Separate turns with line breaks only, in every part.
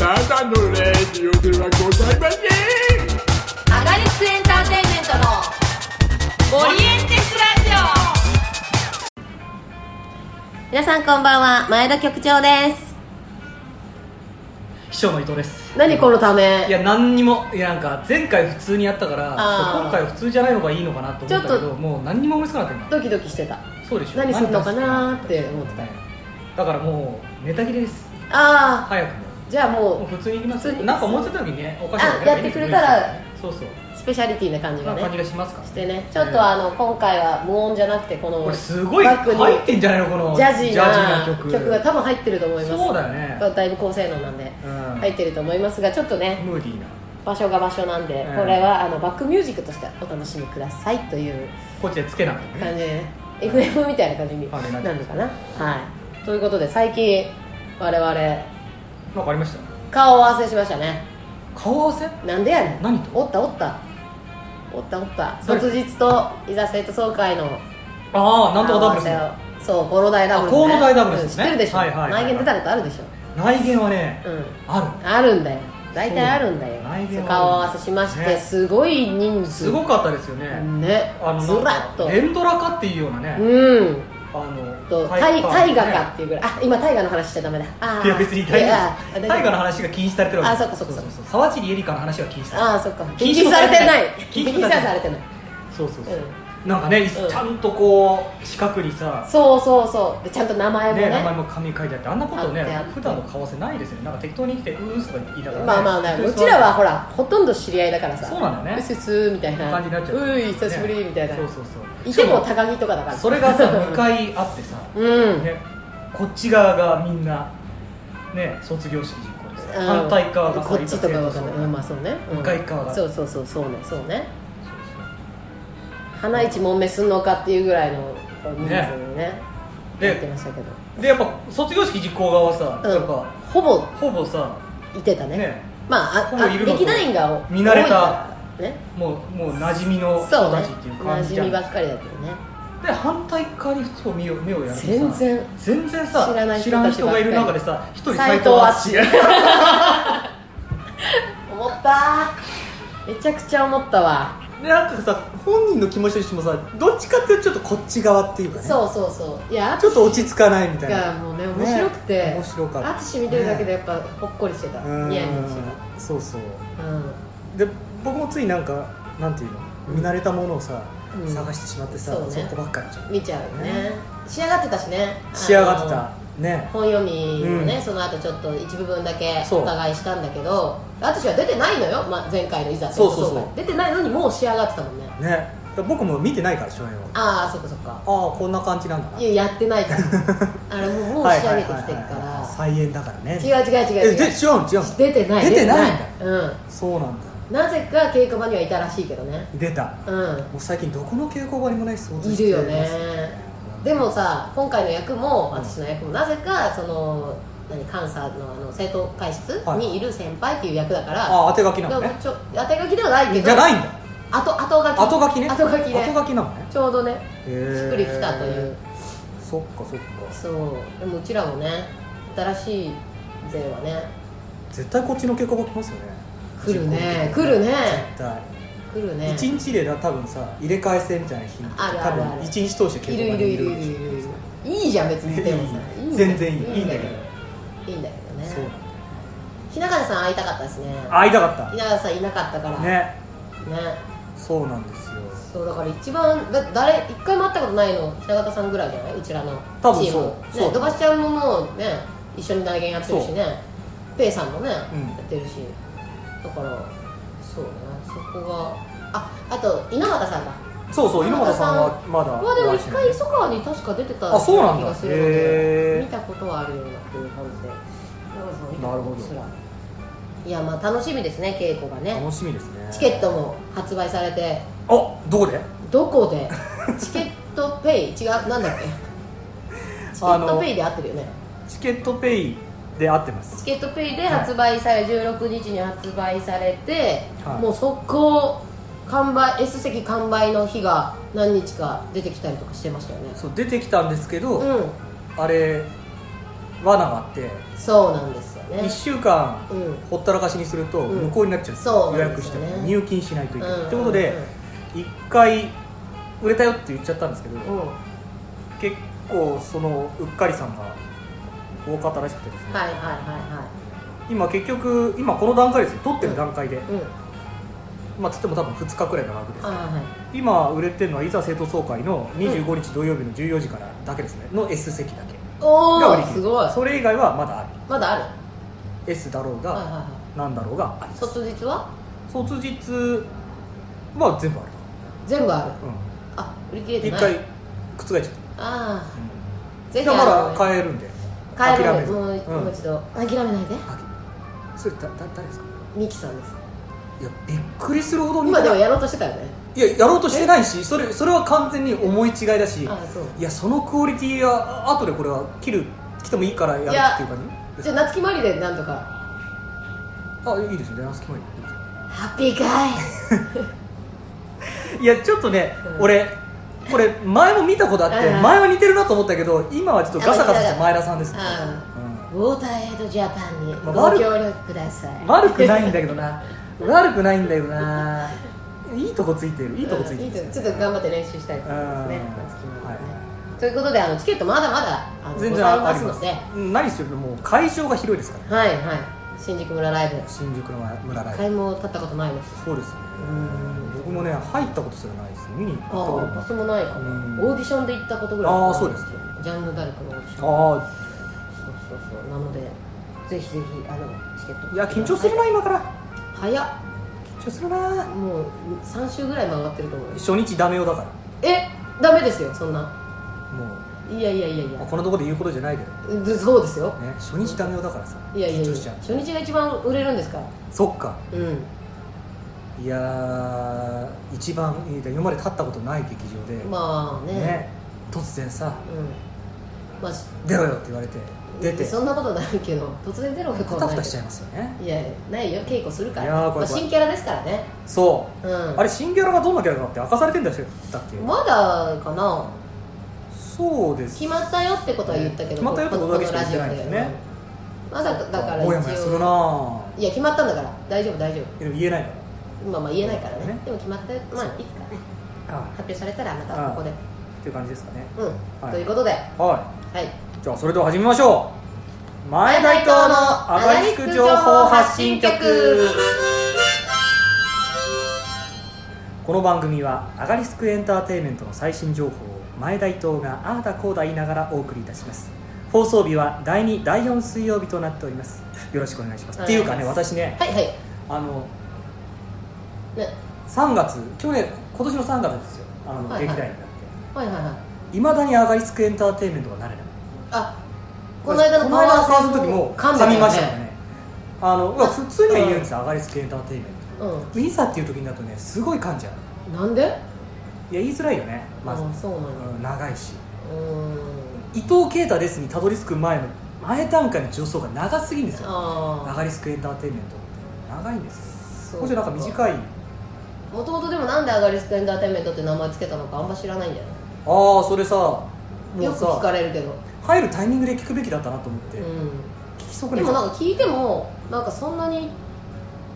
あなたのレディオではございません
アガリスクエンターテインメントのオリエンテスラジオ皆さんこんばんは前田局長です
秘書の伊藤です
何このた
い
め
や何にもいやなんか前回普通にやったから
あー
今回は普通じゃないのがいいのかなと思った
ちょっ
け
と
どもう何にも思いつかなかった
ドキドキしてた
今そうでしょ
何するのか
何
なーって思って
出す
た
かだからもうネタ切れです
あ
早くも
あじゃあ
も
も
う普通に行きます
普通に
なんか思ってた時にねおかしなことばいいんですよ
あやって
そうそう
うスペシャリティな感じ
そ
が
んな感じ
ね
がしますか
してねちょっとあの今回は無音じゃなくてこの
これすごい
バックに
入ってんじゃないのこの
ジャジーな
ジャジーな曲
曲が多分入ってると思います
そうだよね
これだいぶ高性能なんで
うん
入ってると思いますがちょっとね
ムーディーな
場所が場所なんで
うん
これはあのバックミュージックとしてお楽しみくださいという
こっちでつけなくてね
感じでね FM みたいな感じに
はい
なるのかなはいということで最近我々
なんかありました
顔合わせしましたね
顔合わせ
なんでやねん
何と
おったおったおったおった
誰
卒日と伊沢生徒総会の
ああなんとかダブルス
顔合わせをそう五郎大ダブルス、
あ五郎大ダブルスですね
うん知ってるでしょ、
はいはいはいはい
内見出たことあるでしょ
内見はね
うん
ある
あるんだよ大体あるんだよ
そう内見はあるんだ
顔合わせしまして、
ね
すごい人数
すごかったですよね、
ね
あの
ずらっと
連ドラかっていうようなね、
うん
あの
とタイタイガ
ね
かっていうぐらいあ今タイガの話しちゃダメだあー
いや別にタイ
いや
ガ
あ大丈夫
タイガの話が禁止されてるわけ
あそっかそっかそっか
うそう沢尻エリカの話が禁止されて
ああそっか禁
禁止
止
も
さ
さ
れ
れ
て
て
な
ないい
禁
禁
止
止
されてない
るそうそうそう、
う
なんかね、
ん
ちゃんとこう四角にさ、
そうそうそうでちゃんと名前もね
ね、名前も紙に書いてあってあんなことね
あってあって
普段の顔合わせないですよねなんか適当に来てうーんとか言いながら、ね、
まあまあな
普
う
通
ちらはほらほとんど知り合いだからさ
そうなんだよね
うすすみたいな
感じになっちゃう、
うい久しぶりみたいな、
ねそうそうそう
いても
しか
高木とかだから
それがさ向かい合ってさ、
うん、
ね、こっち側がみんな、ね、卒業式実行でさ反対側がさ
こっちとか
い
わ
た生
か
徒さん
ん
が
ないうんまあそうね、うん
向かい側が
そうそうそうそうねそうね
そう
花一もんめすんのかっていうぐらいのこう人数にね
ね
やってましたけど、
そうでやっぱ卒業式実行側はさ、
うん
やっぱ
ほぼ
ほぼさ
いてたね
ね
まあ
ほ
あ
ぼ
あ
いるのと
劇団員が多い
見慣れた
からね
もうもう馴染みの
そ
人
うね
たちっていう
馴
感じじ
染
ゃん、
みばっかりだけどね
で反対側にふと目を目をやるとさ
全然
全然さ
知らない人たち
知らない人がいる中でさ一人
斎
斎
藤
藤
淳
淳
思っためちゃくちゃ思ったわ
でなんかさ本人の気持ちとしてもさどっちかっていうとちょっとこっち側っていうかね
そうそうそういや
ちょっと落ち着かないみたい
が
な
もうね面白くて、
ね面白かった
淳見てるだけでやっぱほっこりしてた、
うん
ニヤニヤしてた
そうそう
うん
で僕もついなんかなんていうの
うん
見慣れたものをさ、
うん
探してしまってさ
そうね
そ,、こばっかりじゃん
見ちゃうよね
ね
仕上がってたしね
仕上がって
あの
たね
本読みもね、
うん
その後ちょっと一部分だけ
そう
お互いしたんだけど私は出てないのよ、まあ、前回のいざ
そうそうそう
出てないのにもう仕上がってたもんね
ね僕も見てないから初演を
あ
あ
あそっかそっか
あこんな感じなんだない
ややって ないからあれもうもう
はい
仕
は
上
い
げてきてる
はいはい
か
再演だからね
ら違う違う
え
違う
で
違
違う
う
の違うの
出てない
出てないんだ
うん
そうなんだ
なぜか稽古場にはいたらしいけどね
出た
うん
もう最近どこの稽古場にもないそう
いるよねでもさ今回の役も私の役もなぜかその何監査のあの生徒会室
はい
にいる先輩っていう役だから、
ああ当て書きな
で
の
も
ね
ちょ当て書きではないけど
じゃないんだ
後後書き
後書きね
後書きで
後書きなのね
ちょうどね
し
しっくりきたという
そっかそっか
そうでもうちらもね新しい勢はね
絶対こっちの稽古場来ますよね
来るね
実行稽古
来るね
絶対
来るね
一日でだ多分さ入れ替え制みたいな日
あるあるある
多分一日通して
い
結
るい
構
るいるいるいるいいじゃん別にでもさ
いい
んだ
全然いい
いいんだけ
いいんだ
どいいんだけどね
そうなんだ
日向さん会いたかったですね
会いたか
日向さんいなかったか
っ
ら
たね
ね
そうなんですよ
そうだから一番だ誰一回も会ったことないの平方さんぐらいじゃないうちらの
多分
チーム
そうそう
ね土橋ちゃんももうね一緒に大言やってるしねペイさんもね、
ん
やってるしだからそうねそこがああと稲俣さんだ
そうそう
田
猪
中
俣
さ
さ
ん
んはまだ
まあでも
お会い
一
してない
回磯川に確か出てたよ
あそうなん
気
だ
がするの
へ
で
ー
見たことはあるようなっていう感じで
なるほど
いやまあ楽しみですね稽古がね
楽しみですね
チケットも発売されて
あどこで
どこ でチケットペイ違うなんだっけチケ
あ
ッ
の
トペイで合ってるよね
チケットペイで合ってます
チケットペイで発売され、16日に発売されて、
はい
もう速攻完売 S 席完売の日が何日か出てきたりとかしてましたよね
そう出てきたんですけど、
うん
あれ罠があって
そうなんですよね
1週間
うん
ほったらかしにすると
うん
無効になっちゃう,、
そう
予
なんで
約
す
し
よ
て
ね
も入金しないといけない、
うん
ってことで、1回売れたよって言っちゃったんですけど、
うんは
結構そのうっかりさんが多かったらしくてです
い
ね、
はいはいは
今結局今この段階ですよ取ってる段階で、
いうん
まあつっても多分2日くらいが楽です
あはい
今売れてるのはいざ生徒総会の25日土曜日の14時からだけですねの S 席だけが売
お
り
お
切れ
すごい
それ以外はまだある
まだある
S だろう
はいはい
が
は
何だろうがあり
い
ます
卒日は
卒日まあ全部ある
全部ある
と、うん
あ売り切れて
一
ない
回覆っちゃっ
あ
た、
あぜ
い
ひ
やまだ
あ
買えるんで
の
諦
帰
め
る
ず
もうもう一度諦めないで
あそれだだ誰ですか
ミキさんです
いやびっくりするほどに
今でもやろうとしてたよね
いややろうとしてないしそれそれは完全に思い違いだし
あそう
いやそのクオリティはあ後でこれは切る来てもいいから
い
や
や
るっていう感じ
じゃあ夏木マリでなんとか
あいいですね電話隙間に
ハッピーかい
いやちょっとね、
うん
俺これ前も見たことあって、
うんうん
前は似てるなと思ったけど今はちょっとガサガサした前田さんです、
あ
うん
ウォーターエイドジャパンに
まあ
ご協力ください
悪くないんだけどな悪くないんだよないいとこついてるいいとこついて
うんいい
る、
とこちょっと頑張って練習したいと思いますね夏木マリねということであのチケットまだまだあのござい
全然あ
ま
り
す
ま
の
す
では
うん何してるのもう会場が広いですから
いはい新宿村ライブ
新宿の村ライ
一回も立ったことないです
ブそうですね
うん
僕もね入ったことすらないです見に行った
あ
こと
あ
も
私もないか
うん
もオーディションで行ったことぐらい
ああそうです
ジャンヌ・ダルクのオーディション
あ
そうそうそうなのでぜひぜひあのチケッ
あ
ト
いや緊張するな今から
早っ
緊張するな
もう3週ぐらい回ってると思うよ
初日ダメよだか
えダメですよそんな
らもう
いやいやいやい
まあ
や
このところで言うことじゃないけど
うそうですよ
ね初日ダメよだからさ
いやいや
緊
いや
張しちゃう
初日が一番売れるんですから
そっか
うん
いやー一番いや今まで立ったことない劇場で
まあね
ね突然さ
うんまあし
「出ろよ」って言われて出て
そんなことないけど突然出ろよ
ふたふたしちゃいますよね
いやないよ稽古するから
いやーこ
ま
れ
あ、新キャラですからね
そうう、
ん
あれ新ギャラがどんなキャラかって明かされてんだっけだっけ、
まだかな
そうです
決まったよってことは言ったけど、
決まったよってことだけしか言ってないんですよね
このラジオでまだだから
もやもやするなぁ
いや決まったんだから大丈夫大丈
でも言えないか
夫まあまあ言えないからね
ね
でも決まったよまあいつかね
らあ
発表されたらまたここで
あっていう感じですかね
うん、
はい
ということでは
はいいじゃあそれでは始めましょう前大東のアガリスク情報発信局この番組はアガリスクエンターテインメントの最新情報を前大東がああだこうだ言いながらお送りいたします放送日は第2第4水曜日となっておりますよろしくお願いしますっていうかね
お願
私ね
はいはい
あの
ね
3月去年今年の3月ですよあ
はい
の、
はい
劇団員になっ
はいはいはい
ていまだにアガリスクエンターテインメントがなれない
あこの間の
この間の
パワー
の時も
カ
噛みましたよねあのうわ
あ
普通には言えるんですよアガリスクエンターテインメン
う
トいざっていう時になるとねすごい噛んじゃうん
なんで
いや言いづらいよねまず、
あそうなんだ
うん長いし
うーん
伊藤啓太ですにたどり着く前の前段階の助走が長すぎんですよア
あ
ガリスクエンターテインメントって長いんですよ
あ
こっちなんか短いあ
もともとでもなんでアガリスクエンターテインメントって名前つけたのかあんま知らないんだよね
あーそれさも
よ
う
く聞か
さ
れるけど、
入るタイミングで聞くべきだったなと思って、
う
聞き損
ん、で
ねち
も
ゃ
な
っ
んか聞いてもなんかそんなに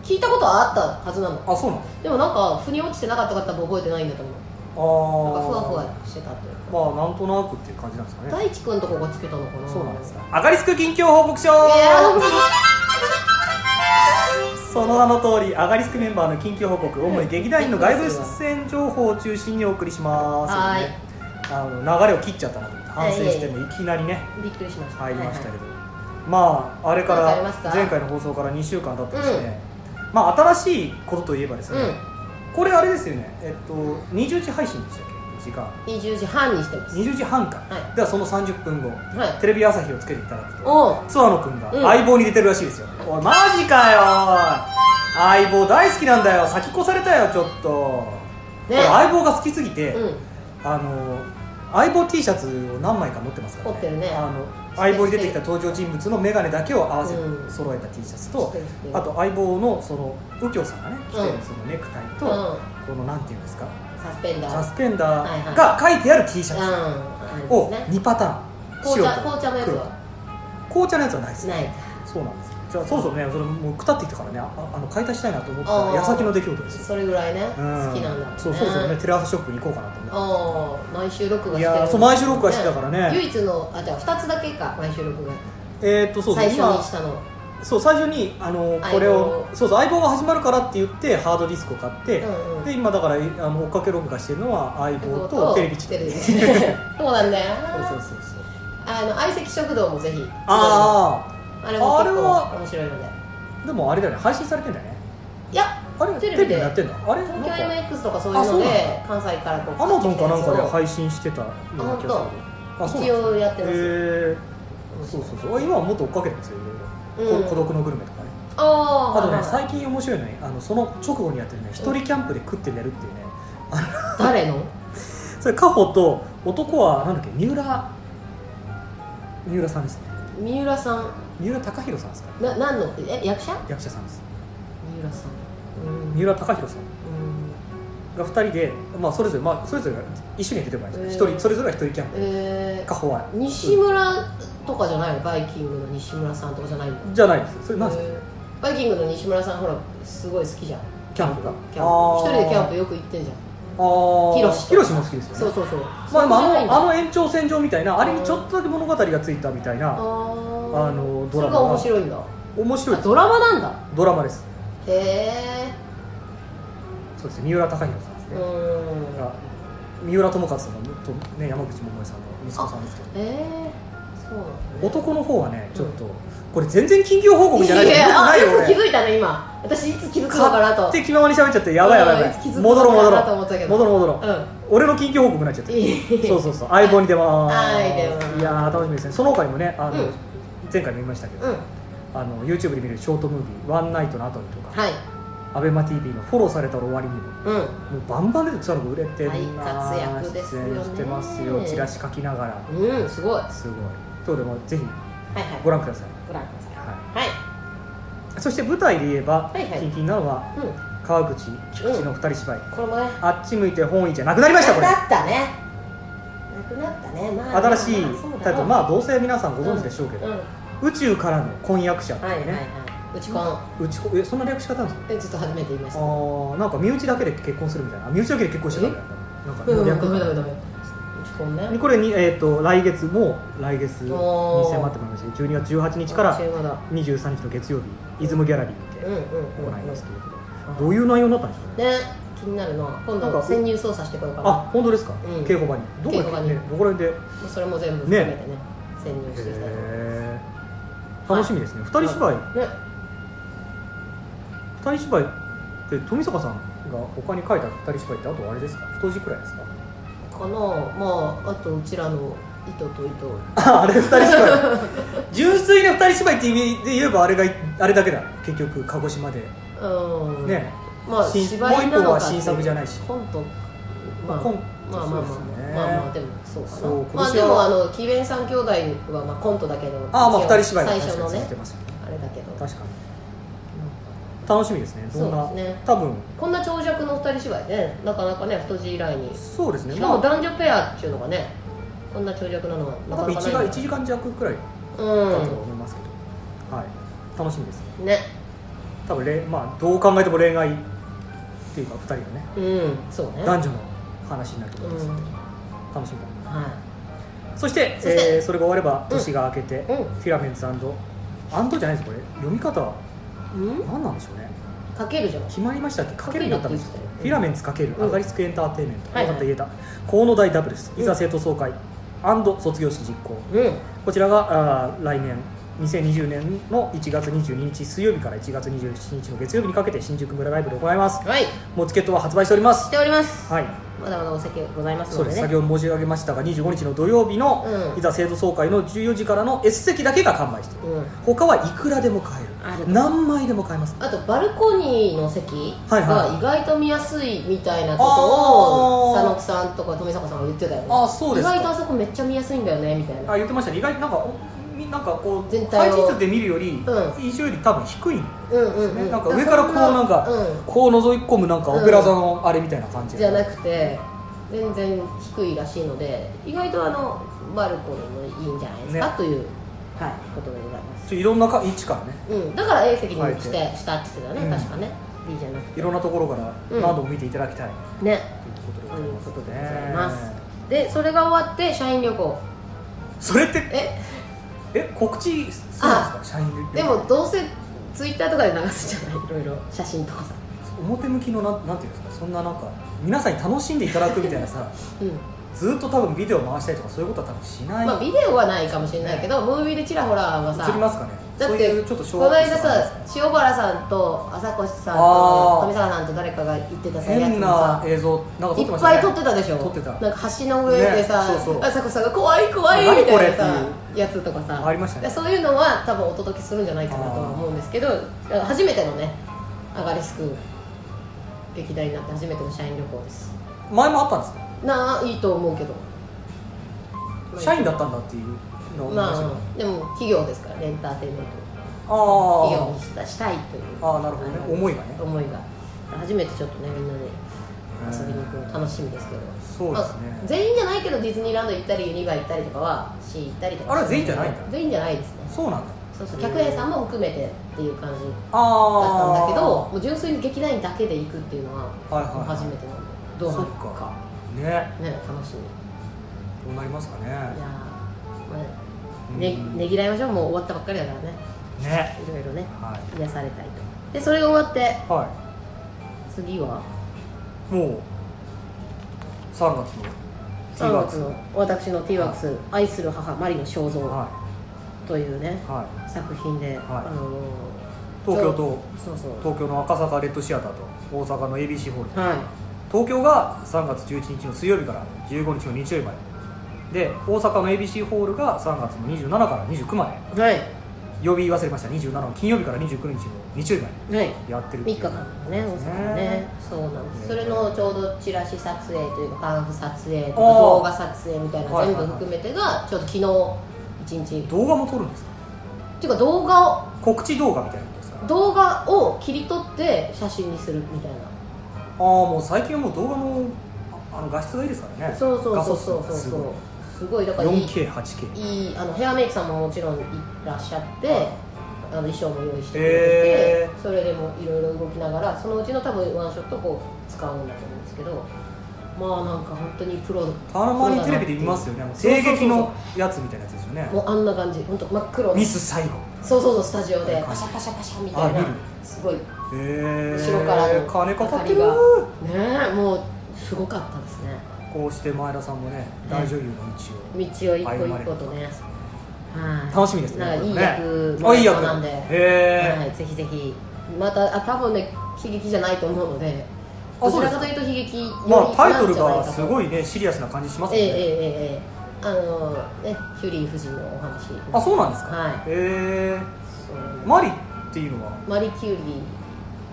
聞いたことはあったはずなの
たあそうな
でもなんか腑に落ちてなかった方も覚えてないんだと思うなん
の
か
ああ
ふわふわしてたというか
まあなんとなくっていう感じなんですかね
大地君とこがつけたのかな
そうなんですアガリスク近況報告
い
書
や
その名の通りアガリスクメンバーの近況報告主に劇団員の外部出演情報を中心にお送りします
はい
ねあの流れを切っちゃったなと思って反省してもいきなりね
ーびっくりしました
入りましたけど、
はい
まああれか
なんかあります
ら
か
前回の放送から2週間経ってですね、まあ新しいことといえばですね、
はい
これあれですよねえっと20時配信でしたっけ時間
うん20時半にしてます
20時半か、
は
ではその30分後
はい
テレビ朝日をつけていただくと
おう
諏訪野くんが
うん
相棒に出てるらしいですよ、おいマジかよおい相棒大好きなんだよ先越されたよちょっと、
ね
俺相棒が好きすぎて、
うん
あの相棒 T シャツを何枚か持ってますから、ね、
持ってるね
あの相棒に出てきた登場人物の眼鏡だけを合わせて
うん
揃えた T シャツと、
してるしてる
あと相棒のその右京さんがね着てるそのネクタイと、
うん
このなんていうんですか
サスペンダー
サスペンダ
はいは
ー
い
が書いてある T シャツ、
うん
を
あれですね
2パターン
紅茶
白
紅
と
茶のやつは
黒紅茶のやつはないです
ない
そうなんですじゃあそろそろねそれもうくたってきたからねああの解体したいなと思ってた
あー
矢先の出来事ですよ
それぐらいね、
うん
好きなんだもんね
そうそろそろねテレ朝ショップに行こうかなと思っ
ああ毎週録画してる
いやーそう毎週録画してたからね
唯一のあじゃあ2つだけか毎週録画
てえーっとそうそう
最初に
今
したの
そう最初にあの
相棒
これをそうそう相棒が始まるからって言ってハードディスクを買って、
うんうん
で今だからあの追っかけ録画してるのは相棒とテレビチ
テレビ
そう
そうなんだよ
そうそうそう
あの相席食堂もぜひ
あ
あれも
あれ
結
は
構面白いので
あでもあれだよね配信されてんだよね
いや
あれ
テ
テ
レビ
レ
で
ビでやってんだあれなん
東
か
京 MX とかそう
あ
いう
そ
の
うなん
で
だ
関西からこう
アマゾンかなんかで
買ってきて
配信してたような気が
そう
する
一応やってます、
へえそうそうそう今はもっと追っかけてますよいろいろ、
うん
こ孤独のグルメとかね
あ
あ
ー
と
は
ね
いはい
最近面白いのねあのその直後にやってるね一人キャンプで食って寝るっていうね
誰の
それカホと男はなんだっけ三浦三浦さんですね
三浦さん
三浦貴大さんですかね
な何のえ役者
役者さんです
三浦さんうん
三浦貴大さ
う
ん
ん
が2人で、まあ、それぞれ、まあ、それぞれが一緒に出てもらいま
へ
す
え
一人それぞれが一人キャンプ
え
カホは
ー、西村とかじゃないのバイキングの西村さんとかじゃないの
じゃないですそれなんですか
えーバイキングの西村さんほらすごい好きじゃん
キャンプが
キャンプ一人でキャンプ
プ
よく行ってんじゃん
ヒ
広志と
も好きですよね
そうそうそう
まあ、でも
そこじゃないんだ
あのあの延長線上みたいなあれにちょっとだけ物語がついたみたいな
あー
あのドラ
それ
マ
が面白いんだ
面白い
あ
です
ドラマなんだ
ドラマです
へえ
そうですね三浦貴大さんです
う
ね、
ーん
が三浦友和さんのと、ね、山口百恵さんの息子さんですけど
ええそうなんだね
男の方はねちょっと、これ全然近況報告じゃない
い
ですよ
や
く
あ
ないよ
よく気
俺
づいたね今私いつ気づくのかな
勝
と
手気ままに喋っちゃってやばいやばいや
うん
ば
気
い
づくの
戻ろう戻
か
ろ
なと思ったけ
う
ど
戻ろう戻ろう
う
俺の近況報告になっちゃって
んいい
そうそうそう相棒に出まーす、
はい出まーす
いやー楽しみですねその他にもねあの、
うん
前回も言いましたけど、
うん
あの YouTube で見るショートムービー「ワンナイトの後に」とか、
はい
アベマ t v のフォローされたら終わりにもも
うん
うバンバン出てきたのが売れてるな
大活躍ですよね
出演してますよチラシ書きながら
うん、すごい。はい
すごいそうでもぜひ
はい。
ご覧ください、
ご覧くださ。
はい
はい。
い、そして舞台で言えば、
はいはい
キンキンなのは
うん。
川口菊池の二人芝居、
これもね。
あっち向いて本意じゃなくなりましたこれ
なくなったね。なくなったね。まあ。
新しいタイトル
あ
まあどうせ皆さんご存知でしょうけ
そうだ
ど、
ろう。
宇宙からの婚約者っ
うん。
て
はいいうはいは
ね、
い。打ち込ん。
うちこえそんな略し方あるんですか
え、ちょっと初めて言いました。
ああなんか身内だけで結婚するみたいなあ身内だけで結婚してたみたいななんか
うん、
略
ダメダメダメ。打ち込んね。
これに、えー、と来月もう来月に
おー
迫ってまいりまして12月18日から
中華だ。
23日の月曜日出雲ギャラリー
うん
に
うん
て行
うん。
いますということで、
ん
どういう内容になったんでしょうね
ね、気になるな。今
なん
度
か
潜入捜査してこようかな。
あ本当ですか、
うん
稽古場にどこ
稽古場
で、
に
ね、どこら辺でへ
もうそれも全部含めてね。潜入していきたいと思います。
え楽しみですね、二人芝居
ね。
二人芝居って富坂さんが他に書いた二人芝居ってあとあれですか太字くらいですか
この、まあ、あとうちらの糸と糸。
ああれ二人芝居 純粋な二人芝居って意味で言えばあれがあれだけだ結局鹿児島で
うん。
ね、。
まあ、
新
芝居な
もう一本
の
は
かって
新作じゃないし
コント
まあ、
まあ
コント
まあまあまあ
そうですね、
まあまあでもそうかな
そう今
まあ
年
で
は
もあのキベン三兄弟はまあコントだけど
ああまあ二人芝居が
最
確
初
か
の
に続い
ね
てますよね
あれだけど
確かに楽しみですねどんな
そうですね
多分
こんな長尺の二人芝居ねなかなかね太字以来にし
そうですね
か
ま
も
あ
男女ペアっていうのがねこんな長尺なのはな
多
か
分
なか
1
な
が
い
一時間弱くらいだとは
う
思いますけど、はい楽しみですね
んね
多分れ、まあ、どう考えても恋愛っていうか二人のね
うんそうね
男女の話になると思います
う
ので、
ん
楽しみだな
は
そして
そして
えーそれが終われば年が明けて、
うん
フィラメンツアンドアンドじゃないですこれ読み方
いうん
何なんでしょうね
かけるじゃん
決まりましたっけかけるになったんですか
かけるって
フィ
言っ
ラメンツかける
うん
アガリスクエンターテインメント、
はいはい
よかった言えた河野大ダブルス
うん
いざ生徒総会、卒業式実行
うん
こちらがあー来年2020年の1月22日水曜日から1月27日の月曜日にかけて新宿村ライブで行います
はい
もうチケットは発売しておりま
し
す
ております
はい
まだまだお酒ございます
そ
の
うで
ですね
先ほど申し上げましたが25日の土曜日の
うん
いざ生徒総会の14時からの S 席だけが完売している
うん
他はいくらでも買
あ
え
る
る何枚でも買えます
あとバルコニーの席
はいは
が
い
意外と見やすいみたいなことを
あ
佐
ー
野木さんとか富坂さんが言ってたよね
あそうですか
意外とあそこめっちゃ見やすいんだよねみたいな
あ言ってましたね意外になんかおみなんかこう
全体を
配置図で見るより、
う
印象より多分低いん
うんうん
ね
うん
なんか上からこうなんか
うん
こう覗き込むなんかオペラ座のあれみたいな感じ
じゃな
く
くて全然低いらしいので意外とあのバルコニーもいいんじゃないですか、
ね
というはいことでございます
ちょいろんなか位置からね
うんだから A 席にして
は
したって言ってたよね、
うん
確かね B じゃなく
いろんなところから
うん
何度も見ていただきたい、
てね
ということでご
と
ざ
い
い
う
ます
ことでございます
ね
でそれが終わって社員旅行
それって
え
え告知そうなんですか社員旅行
でもどうせツイッターとかで流すじゃないいろいろ写真とかさ
表向きのなんなんていうんですかそんななんか皆さんに楽しんでいただくみたい なさ
うん
ずっと多分ビデオ回したりとかそういうことは多分しない、
まあビデオはないかもしれないけど、ムービーでちらほらは
映り
さ
ますかね
だ
そ
っ
う
て
いうちょっと
こ
昭
の
和
間
感で
さ
すか
塩原さんと朝越さん
あ
と
ー
富澤さんと誰かが行ってたさやつ
変
も
な
さ
映像なんか撮
い
ってま
っ
したね
ぱい撮ってたでしょ
撮ってた
なんか橋の上でさ、
ねそうそう
朝子さんが怖い怖いみ
何こ
たい
れ
なさやつとかさ
ありましたね
でそういうのは多分お届けするんじゃないかなとは思うんですけど初めてのねアガリスク劇団になって初めての社員旅行です
前もあったんですか、
なあいいと思うけど
社員だったんだっていうのを思い
ま
ましたけど
あでも企業ですからねエンターテインメント企業
あ
にしたしたいという
あああなるほどね
あの
思いがね
思いが初めてちょっとねみんなで遊びに行くの楽しみですけど
そうですね
まあ全員じゃないけどディズニーランド行ったりユニバ行ったりとかはし行ったりとか
あれは全員じゃないんだ
全員じゃないですね
あそうなんだ
そうそう客員さんも含めてっていう感じだっ
ああ
たんだけどもう純粋に劇団員だけで行くっていうのは
はいはいはい
初めてなのでどうなる
そっか
か
ね
ね楽しみ
どうなりますか
い
ね
やーまあ
う
ね
ん
ねぎらいましょうもう終わったばっかりだからね
ね
いろいろね
は
癒されたいとでそれが終わって
いは
次はい
もう
3
3月の T-Box
月の私の t ワックス愛する母マリの肖像
は」
というね
いはい
作品で、
はい
あのー
東京と
そうそう
東京の赤坂レッドシアターと大阪の ABC ホールで
はい
東京が3月11日の水曜日から15日の日曜日までで大阪の ABC ホールが3月の27から29まで
はい
曜日忘れました27の金曜日から29日の日曜日ま
はい
でやってるっ
3
てい
日
う
間だね大阪はね
ね
そうなんです
ね
それのちょうどチラシ撮影というかパンフ撮影とか
あー
動画撮影みたいな
はい
全
はいは
部
い
含めてがちょっと昨日一日
動画も撮るんですか
っていうか動画を
告知動画みたいなことですかあ
動画を切り取って写真にするみたいな
あーもう最近はもう動画のああの画質がいいですからね
そうそう
画
そう
素数
そうそう
す
そう
ご
すごいだからい
い
い
4K8K
いいあのヘアメイクさんももちろんいらっしゃって、あの衣装も用意してくれてて、
へ
それでもいろいろ動きながらそのうちの多分ワンショットこう使うんだと思うんですけどまあなんか本当にプロも
たまにテレビで見ますよねあの声劇のやつみたいなやつですよね
うあんな感じ本当真っ黒
ミス最後
そうそうそうスタジオ
は
で
い
パシャパシャパシャみたい
あ
な
見る
すごいね
へえ
後ろからの
金かかってる
明かえもうすごかったですね
こうして前田さんもね大女優の道
道を一
を
個
歩ま
一
れ
個
る
とねはい
楽しみですね
なんかいい
こ
役
れもねあいい役
なんでは
へえ
い、ぜひぜひまたあ多分ね喜劇じゃないと思うので
あ
どちらかというと悲劇より
まあタイ
なん
トルが
じゃないかと
すごいねシリアスな感じします
え
よ
ええ
ね
えええあのねキュリー夫人のお話
あそうなんですか
は
へえ
い
マリっていうのは
マリキュリー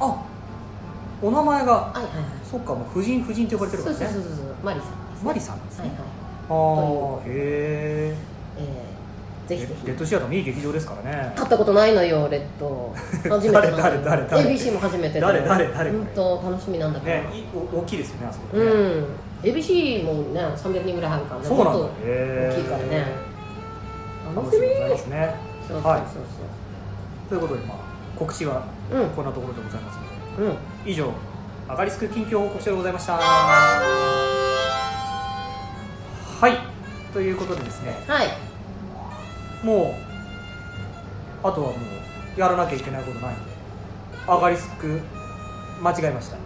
あお名前が
はいはいはい
そっかもう夫人夫人って呼ばれて
そう
る
そ
か
うそうそう
らね
そうマリさんです、
マリさんなんです
はい
ね
はい
ああへ
ええ
え
ぜひぜひ
レッドシアターもいい劇場ですからね
買ったことないのよレッド 初めてなのよ
誰誰誰
ABC も初めて
誰誰誰
本当楽しみなんだから、
ねいいお大きいですよねあそこ
う
ね
ん ABC もね300人ぐらい入るからね
そうなん
も
だ
っと
へ
大
え
きいからね
楽しみでございますね
そうそうそう
はいということで、まあ、告知は
そう、
こんなところでございますので
うんうん
以上アガリスク近況報告書でございましたはいということでですね
はい
もうあとはもうやらなきゃいけないことないんでアガリスク間違えました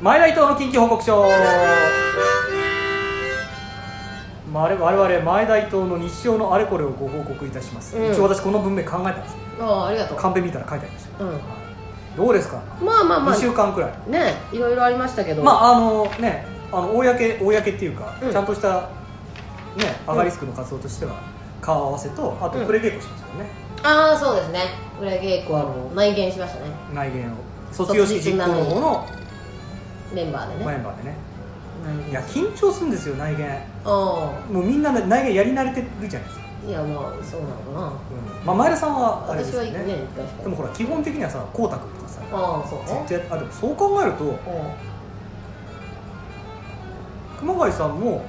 前田伊藤の近況報告書まああれ我々前田伊藤の日常のあれこれをご報告いたします、
うん
一応私この文明考えたんですよ
ああありがとう
カンペ見たら書いてありました
うん
どうですか、
まあまあま
2週
あ
間くらい、
ねいろいろありましたけど
まああのねあの公公っていうか、
うん
ちゃんとしたね
ん
アガリスクの活動としては顔合わせとあと
うん
プレ稽古しましたよね、
ああそうですね裏稽古を内見しましたね
内言を卒業式実行の方の
メンバーで
メ
ね
ンバーでね
内
いや
言
緊張するんですよ内言
あ
もうみんな内言やり慣れてるじゃないですか、
あいやまあそうなのかな
うんまあ、前田さんはあれで
私
す
は
よ
一
ね
年一回しか
でもほら基本的にはさこうたくんとかさ
ああそう
ずっ
ね
とやってあでもそう考えると
うん
熊谷さんも
うん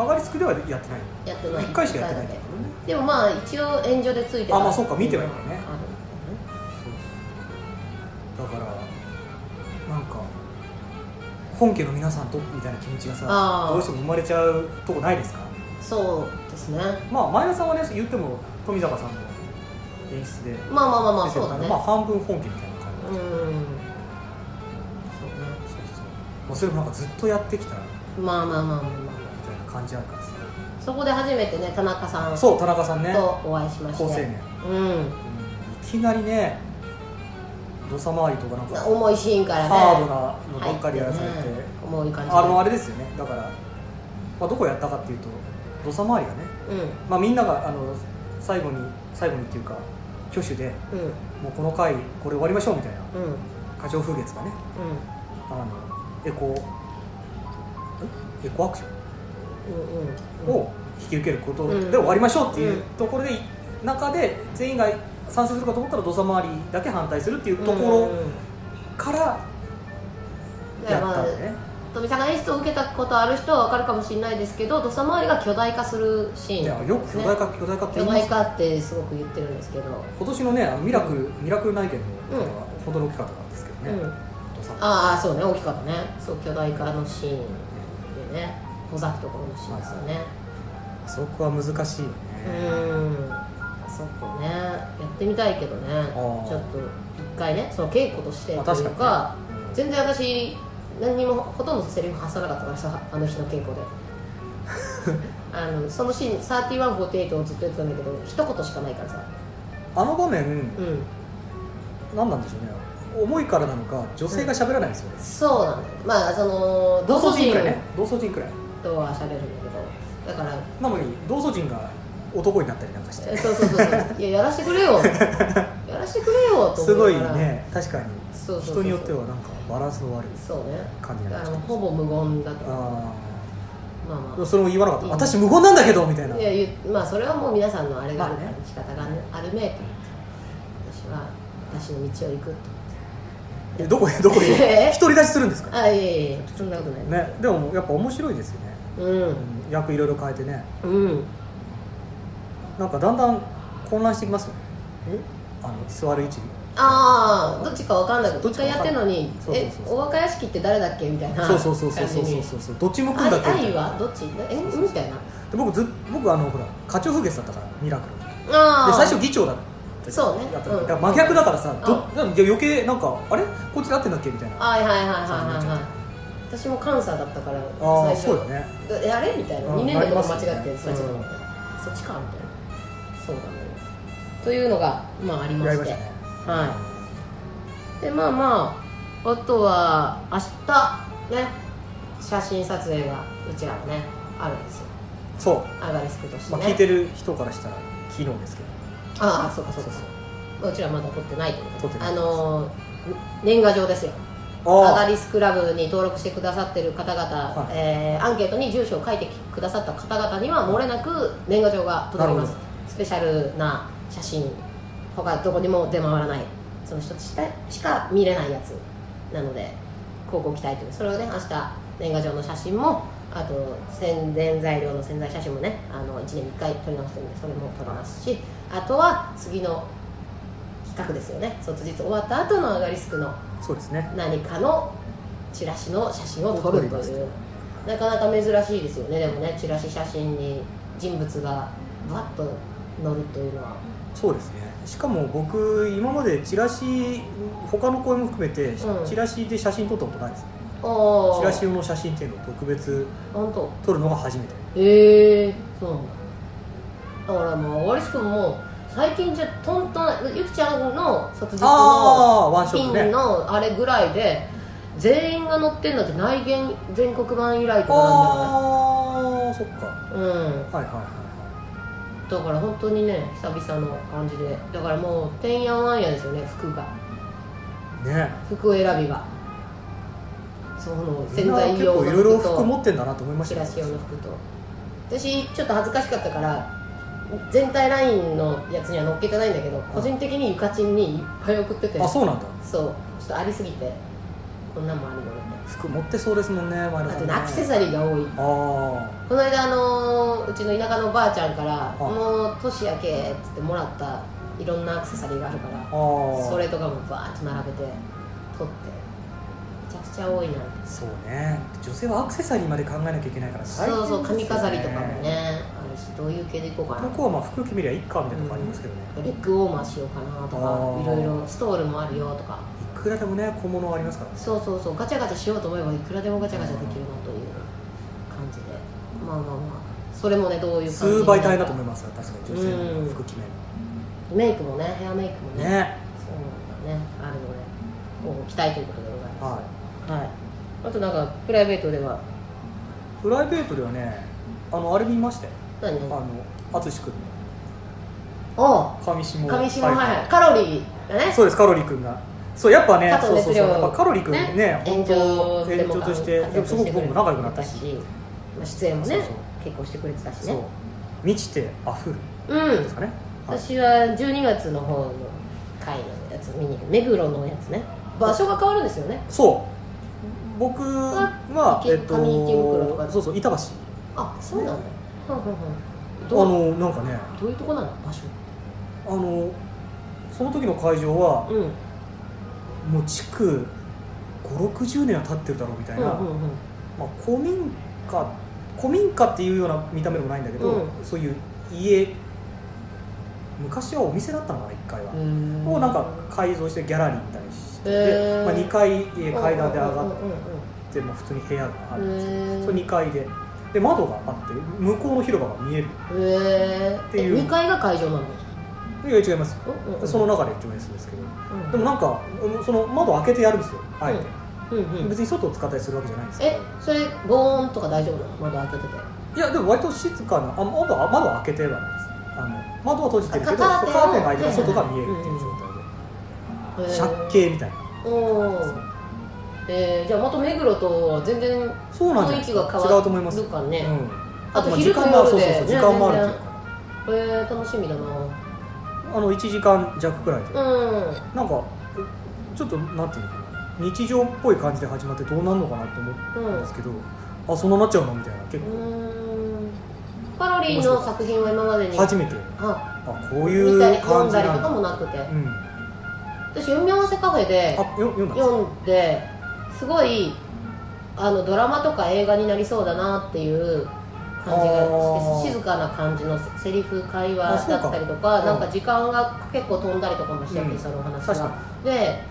アガリスクではやってない
やってない
一回しかやってない
一
んだ
回だ
けどね
けでもまあ一応炎上でついてる
あまあそうか見てはいるね
ある
だからなんか本家の皆さんとみたいな気持ちが
あー
さどうしても生まれちゃうとこないですか
そうですね
まあ前田さんはね言っても富坂さんの演出で出てるから
まあまあまあまあそうだね
まあ半分本家みたいな感
う
じ
ん
で、
そうね
そうそうまあ、それもなんかずっとやってきたみ
まあまあまあまあま
たいな感じあるからさ
あそこで初めてね田中さんと
そう田中さんね
お会いしまして
好青年
うん
いきなりね土佐回りとかなんか
重いシーンからね
ハードなのばっかりやらされて、
入っね重い感じで
あのあれですよねだから、まあ、どこやったかっていうと土佐回りがね、
う
まあ、みんながあの最後に最後にっていうか挙手で
んうん
もうこの回これ終わりましょうみたいな
うんうん
花鳥風月がねあのエコえエコアクショ
うんうん
ンを引き受けること
うん
で終わりましょうっていううんところで、中で全員が賛成するかと思ったら土佐回りだけ反対するっていうところ、からやったんだね、
富さんが演出を受けたことある人は分かるかもしれないですけど土佐回りが巨大化するシーン
いやよく巨大化、巨大化って
巨
言いま
大
す
化ってすごく言ってるんですけど、
今年のねあのミラクル、ミラクル内見の方はほどの大きかったんですけど
う
ね、
ん、
お父さん
ああそうね大きかったねそう巨大化のシーンでねほざくところのシーンですよね
あそこは難しいよね、
うんあそこねやってみたいけどねちょ
ー
っと一回ねその稽古として
まあ
というか
確かにねうん
全然私何にもほとんどセリフ発さなかったからさあの日の稽 古であのそのシーン3148をずっとやってたんだけど一言しかないからさ
あの場面、
うん
何なんでしょうね重いからなのか女性が喋らないんですよね、
そうなんだよまあその
同
同
窓
窓
人
人
くらいね同窓人くらい
とは喋るんだけどだから
なのに同窓人が男になったりなんかして
えそうそうそうそう いややらしてくれよやらしてくれよと
す
思
ごい
いながら
ね確かに
そうそうそうそう
人によってはなんかバランスの悪い
そうね
感じに
だ
なっ
か
ち
ら
ゃ
もう
う
ほぼ無言だとま
あ
あま
あそれも言わなかった、
うん
私無言なんだけどみたいな
あいや言うまあそれはもう皆さんのあれがあるから
まあね
仕方があるめえと私は私の道を行くと
えどこへどこへ
えー
独り立ちするんですか
あいえいえそんなことない
ねでもやっぱ面白いですよね、
うん
うん役いろいろ変えてね
うん
なんかだんだん混乱してきますよねあの座る位置に
ああどっちかわかんなく
ど
て
っち
一
かわ
回
かん
やっ
ない
てんのに
そうそう
え
そうそう
お若屋敷って誰だっけみたいな
そうそうそうそうそう
感じ
そう
に
そうそうどっち向くん
あ
だっけみた
愛
いな
はどっちえみたいな
で僕ず僕あのほら花鳥風月だったからミラクルで
ああ
最初議長だった
そうね
だった
うん
だから真逆だからさどなんか余計なんかあれこっちで合ってんだっけみたいなあ
はいはいはいはいはいはい私も関西だったから
あー
最
そう
初
よね
えあれみたいな
うん
2年でも間
なりますよね
違って最初だ
うん
ったそっちかみたいなそうだねというのがまあありま
やり
し
ま
て
したね
はでまあまああとは明日ね写真撮影がうちらはねあるんですよ
そう、
アガリスクとして
まあ、
ね
聞いてる人からしたら昨日ですけど
ああそうかそうか
そう
うちらまだ撮ってないってこと
撮ってない
あのー年賀状ですよアガ
あ
リスクラブに登録してくださってる方々、
はい
えーアンケートに住所を書いてくださった方々には漏れなく年賀状が届きま
なる
す
ほ
スペシャルな写真他どこにも出回らないその一つしたしか見れないやつなので高校期待というそれをね明日年賀状の写真もあと宣伝材料の宣材写真もねあの1年に1回撮り直してるんでそれも撮りますしあとは次の企画ですよね卒日終わった後のアガリスクの
あそうですね
何かのチラシの写真を撮るというなかなか珍しいですよねでもねチラシ写真に人物がバッと載るというのは
そうですねしかも僕今までチラシ他の公演も含めて、
うん
チラシで写真撮ったことないですね
おー
チラシ用の写真っていうのを特別
本当
撮るのが初めて
へえそうなんだだからもうアリス君も最近じゃトントンゆきちゃんの卒業の
あーワンショ
ピ
ットね
ンのあれぐらいで全員が載ってんだって内見全国版以来とかなん
ああそっか
だよねうん
はいはいは
だから本当にね久々の感じでだからもうてんやわんやですよね服が
いはいね
服選びがその
みん
洗
な
剤
結
用
構いろい
の
ろ
服
服
と
持ってんだなと思いまし
チ
た
ラ
よ
シ用の服と私ちょっと恥ずかしかったから全体ラインのやつには載っけてないんだけど個人的にゆかちんにいっぱい送ってて
あそうなんだ
そうちょっとありすぎてこんなんもあるのみたいな
服持ってそうですもんね
あ
丸さ
と
ん
ね
ね
アクセサリーが多い
あ
この間あのーうちの田舎のばあちゃんから「
い
この年明け」っつってもらったいろんなアクセサリーがあるか
あ
ら
ああ
それとかもバーッと並べて取ってめちゃくちゃ多いな
そうね女性はアクセサリーまで考えなきゃいけないから大変ですよ
そ
ね
うそう髪飾りとかもねあるしどういう系でいこうかな
男はまあ服着れりゃいいかみたいなとこありますけどね、
レッグウォーマーしようかなと
あ
か
ー
いろいろストールもあるよとか
いくらでもね小物はありますからね
そうそうそうガチャガチャしようと思えばいくらでもガチャガチャできるなという感じでまあまあまあそれもねどういう感じ
数倍大変だと
思
思いますよ確かに女性の服決める
うメイクもねヘアメイクも
の
ね
ね
そうなんだねあるのでこう期待ということでございま
は
すはいあとなんかプライベートではい
プライベートではねあのあれ見ましたよ
何
あ
何
の淳君
おう
の上下
上下
はい
はいカロリーがね
そうですカロリー君がそうやっぱね
加藤
そうそうそう
哲
や
郎
っぱカロリー君ね
ね炎
本当
上で
延
も
長として
活躍
すごく
くれ
僕も仲良くなったし
まあ出演もね
そうそう
結構してくれてたし
そう
ね
満ちて溢る
うん
ですかねはい
私は12月の方の回のやつ見に行く目黒のやつね場所が変わるんですよね
そう僕は
あ
え
池
っと
上池袋とか
そうそう板橋
あそうなんだふんふんふん
あ
どう
のなんかね
どういうとこなの場所
あのその時の会場は
うん
もう築560年は経ってるだろうみたい
う
な、
んうんうん
まあ、古民家古民家っていうような見た目でもないんだけど、
う
そういう家昔はお店だったのかな1階は、をなんか改造してギャラリーみたいにしてて、
へー
まあ、2階え階段で上が
うんう
っ
んうん
て、まあ、普通に部屋があるんですよ
うんうん
それ2階でで窓があって向こうの広場が見える
へ
ってい
え
う
2階が会場なの
いや違います
うんうんうん
その中で上演するんですけど
うん
でもなんかその窓開けてやるんですよあえて、
うんうん
別に外を使ったりするわけじゃないんですけど
えそれ防音とか大丈夫なの窓開けてて
いやでも割と静かなあ窓は窓は開けてはないですあの窓は閉じてるけど
あカー
そ
テン
う
を
カーテンが開いてる
はいはい
外が見えるっていう状
へえ
態で借景みたいな
おおえー、じゃあまた目黒とは全然
そうなんじ
雰囲
ゃないで
気
す
が
か
変
違
わ
うと思います
るからね
うん
あと
ま
昼
時
と
間が
夜
そう
で
そうそう時間もあるっていうか
えー、楽しみだなうん
あの1時間弱くらいでなんかちょっとなんていうのかな日常っぽい感じで始まってどうなるのかなと思ったんですけど、あそんななっちゃうのみたいな結
う
構
ーんカロリーの作品は今までに
初めて
あ
あこういう
見たり読
感
ん
じ
だり
な
と
ん
か
だ
もなくて
うん
私読み合わせカフェで
あよ読んだんですか
読んですごいあのドラマとか映画になりそうだなっていう感じが
あ
し
ー
て静かな感じのセリフ会話だったりとか
あそうか
なんか時間が結構飛んだりとかもしてて、
うん
その話
確
がで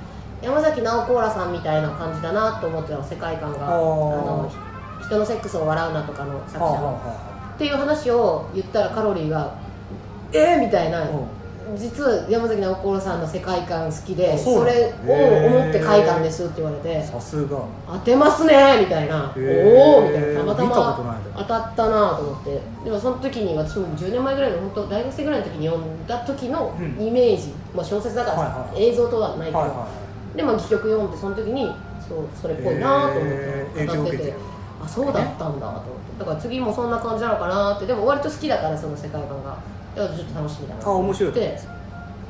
山崎直子らさんみたいな感じだなと思ってたの世界観が
あー
あのひ人のセックスを笑うなとかの作
はあ
者
はあ
の
は
っていう話を言ったらカロリーが「えー!」みたいな
あうん
実は山崎直子さんの世界観好きで
あ
そ
そうなんだ
れを思って書いたんですって言われて
さすが
当てますねみたいな
へ
おお
ー
ーみたいなたまた
見たこと
ま
ないね
当たったなと思ってでもその時に私も10年前ぐらいの本当大学生ぐらいの時に読んだ時の
うん
イメージ、まあ、小説だから、
はいはい
映像とはない
はい
けど、
はいは
でまあ戯曲読んでその時にそうそれっぽいなと思
へー
って
影響
当た
を
っ
受
てて
けてる
あそうだったんだと思ってだから次もそんな感じなのかなってでも割と好きだからその世界観がだからちょっと楽しみだなと思って
あ面白いい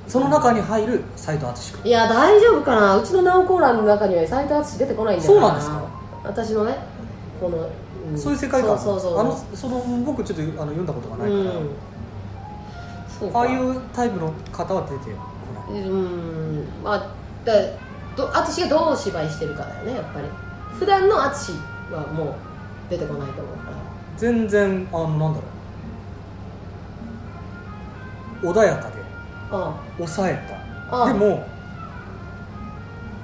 その中に入る斎藤淳君
いや大丈夫かなうちのナオコーラの中には斎藤淳出てこないんだよ
そうなんですか
私のねこの、ん
そういう世界観
そうそうそう
あのその僕ちょっとあの読んだことがないから、
うんそうか
ああいうタイプの方は出てこない
うんまあだど淳がどう芝居してるかだよねやっぱり普段の淳はもう出てこないと思うから
全然あのなんだろう穏やかで
あ
抑え
あ
たでもやっ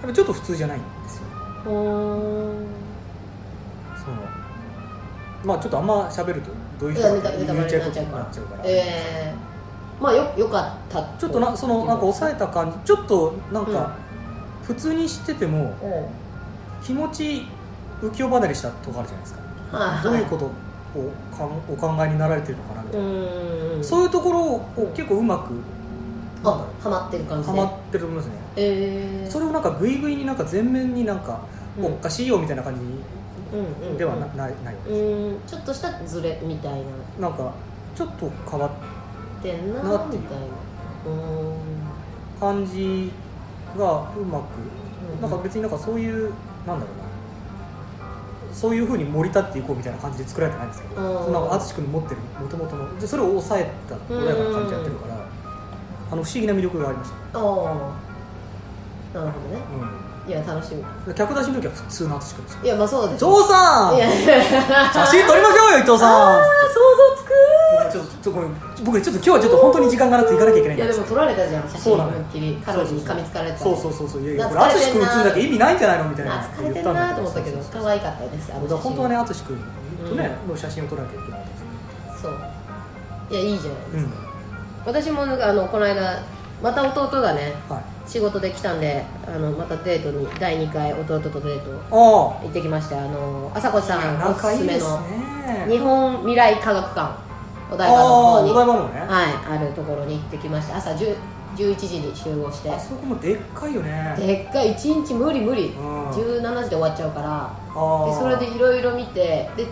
ぱちょっと普通じゃないんですよ
あうーん
そのまあちょっとあんま喋るとどうい
い
う人
や
か
ネ
って
タネタバ
言っ
レ
ち
に
ゃ
な
う
っ
こ
ち
と
ゃう
に
か
な
ら
っちゃうから、
ええまあよよかった
ちょっとなそのなんか抑えた感じちょっとなんか普通にしてても
うんはい
気持ち浮世離れしたとこあるじゃないですか
はい
どういうことをかんお考えになられてるのかなみた
う
いな、
ーん
そういうところを結構うまく
あハマってる感じ
ハ
で
マってると思いますね
ええ
それをなんかグイグイになんか全面になんか
うん
おかしいよみたいな感じ
うんうん
ではなないないわけ
う
です、
んちょっとしたズレみたいな
なんかちょっと変わっ
ってんな
なってい
み
う
たいなうーん
感じがうまく
うん
なんか別になんかそういうなんだろうなそういうふうに盛り立っていこうみたいな感じで作られてないんですけど、
うん
そんな淳君の持ってるもともとのでそれを抑えた穏やかな感じでやってるから、あの不思議な魅力がありました、
ああなるほどね
う
いや楽しみだ
ん、で客出しの時は普通の淳君ですよ
いやまあそうで
伊
しょ
藤さん
いや
写真撮りましょうよ伊藤さ
あー
ん
想像つく
ちょっとちょっとごめん僕ちょっと今日はちょっと本当に時間がなくて行かなきゃいけないいん
や
で
ですも撮られたじゃん写
そ
真
うなの
思いっきり彼女に噛みつかれてた
そうそうそうそういやいやこれ
懐かれて
淳
んな
君映んだけ意味ないんじゃないのみたいな
あ疲れてるなと思ったけど
そうそう
可愛かったですあの
そうだから本当はね
ね
淳君とね、の写真を撮らなきゃいけないんですよ
そういやいいじゃない
うん
私もなんかあのこの間また弟がね
はい
仕事で来たんであのまたデートに第2回弟とデート
あ
行ってきましたあの朝子さ
あ
んおす
仲い
す
い
め
です
の
ね
日本未来科学館お台場
あ
の方
あお台
に
場のね、
はいあるところに行ってきました朝10 11時に集合して
あそこもでっかいよね
でっかい1日無理無理
うん
17時で終わっちゃうから
あ
で
あ
それでいろいろ見てで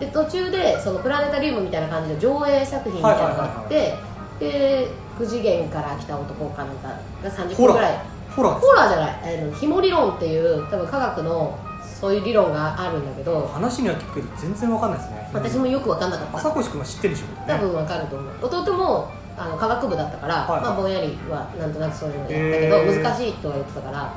で途中でそのプラネタリウムみたいな感じの上映作品みたいなのがあって、
は
で9次元から来た男かなんかが30分ぐらい
ほら
ホラーじゃないあのひも理論っていう多分科学のそういう理論があるんだけど
話には聞くけど全然わかんないですね
私もよく分かんなかった
朝越君は知ってるでしょうけ
多
どね
分わかると思う弟もあの科学部だったから、
はいはい
まあ、ぼんやりはなんとなくそういうのやったけど、
へー
難しいとは言ってたから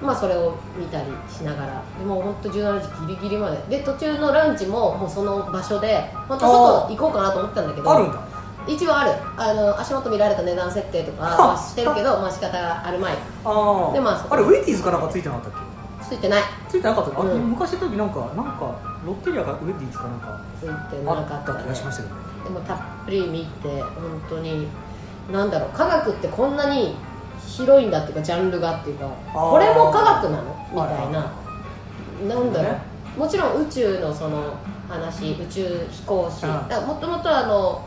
まあそれを見たりしながらでもうほんと17時ギリギリまでで途中のランチももうその場所で本当
あ
外行こうかなと思ったんだけど
あるんだ
一応あるあの足元見られた値段設定とかはしてるけどまあ仕方あるまい
ああ
でまあそこ
あれウェイティーズかなんかついてなかったっけ
ついてない
ついてなかったのあ、
うん
昔の時なんかなんかロッテリアかウェイティーズかなんか
ついてな
あ
か
っ
った
た
ね
気がしましたけどね
でもたっぷり見て本当に何だろう科学ってこんなに広いんだっていうかジャンルがっていうか
あー
これも科学なのみたい
は
ななんだろう、
ね
もちろん宇宙のその話宇宙飛行士
うん
だもともとあの